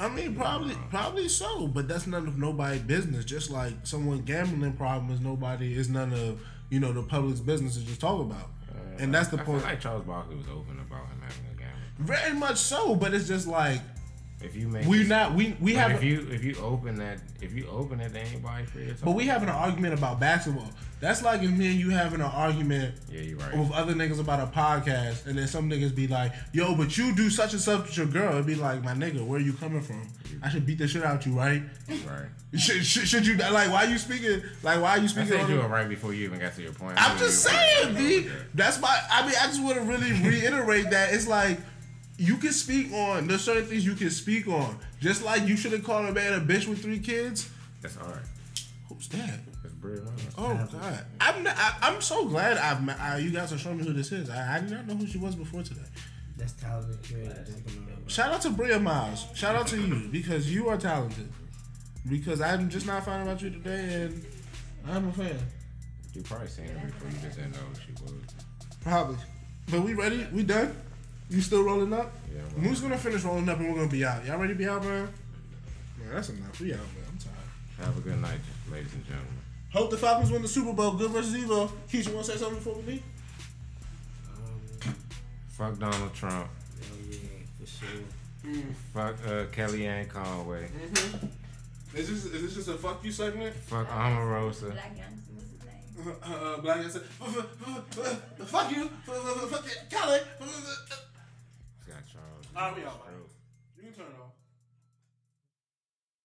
I mean, probably, probably so, but that's none of nobody's business. Just like someone gambling problem is nobody is none of you know the public's business to just talk about, and that's the I point. feel like Charles Barkley was open about him having a gamble. Very much so, but it's just like If you make we this- not we we But if have, you if you open that if you open it to anybody for your but we having an argument about basketball. That's like if me and you having an argument yeah you're right with other niggas about a podcast, and then some niggas be like, "Yo, but you do such and such with your girl." It'd be like, "My nigga, where you coming from? I should beat the shit out you, right? you're right. Should, should, should you like why you speaking like why you I speaking?" said on you the- were right before you even got to your point. I I'm knew just you were saying, right. B. That's my. I mean, I just want to really reiterate that it's like you can speak on. There's certain things you can speak on. Just like you shouldn't call a man a bitch with three kids. That's all right. Who's that? That's brilliant. Oh God, I'm not, I, I'm so glad I've met- I, you guys are showing me who this is. I, I did not know who she was before today. that's Oh, talented creative jumping on it. Shout out to Bria Miles. Shout out to you because you are talented. Because I'm just not finding about you today, and I'm a fan. You probably seen her before you just didn't know who she was. Probably. But we ready? We done? You still rolling up? Yeah, I'm Moose gonna finish rolling up and we're gonna be out. Y'all ready to be out, man? Man, that's enough. We out, man. I'm tired. Have a good night, ladies and gentlemen. Hope the Falcons win the Super Bowl. Good versus evil. Keith, you wanna say something before we leave? Um, Fuck Donald Trump. hell yeah, for sure. Fuck uh, Kellyanne Conway. Mm-hmm. Is this is this just a fuck you segment? Fuck Omarosa. Black Youngster, what's his name? uh, black guy said, "Fuck you, fuck you, Kelly." It's got Charles. I'll be out, Stroke. You can turn it off.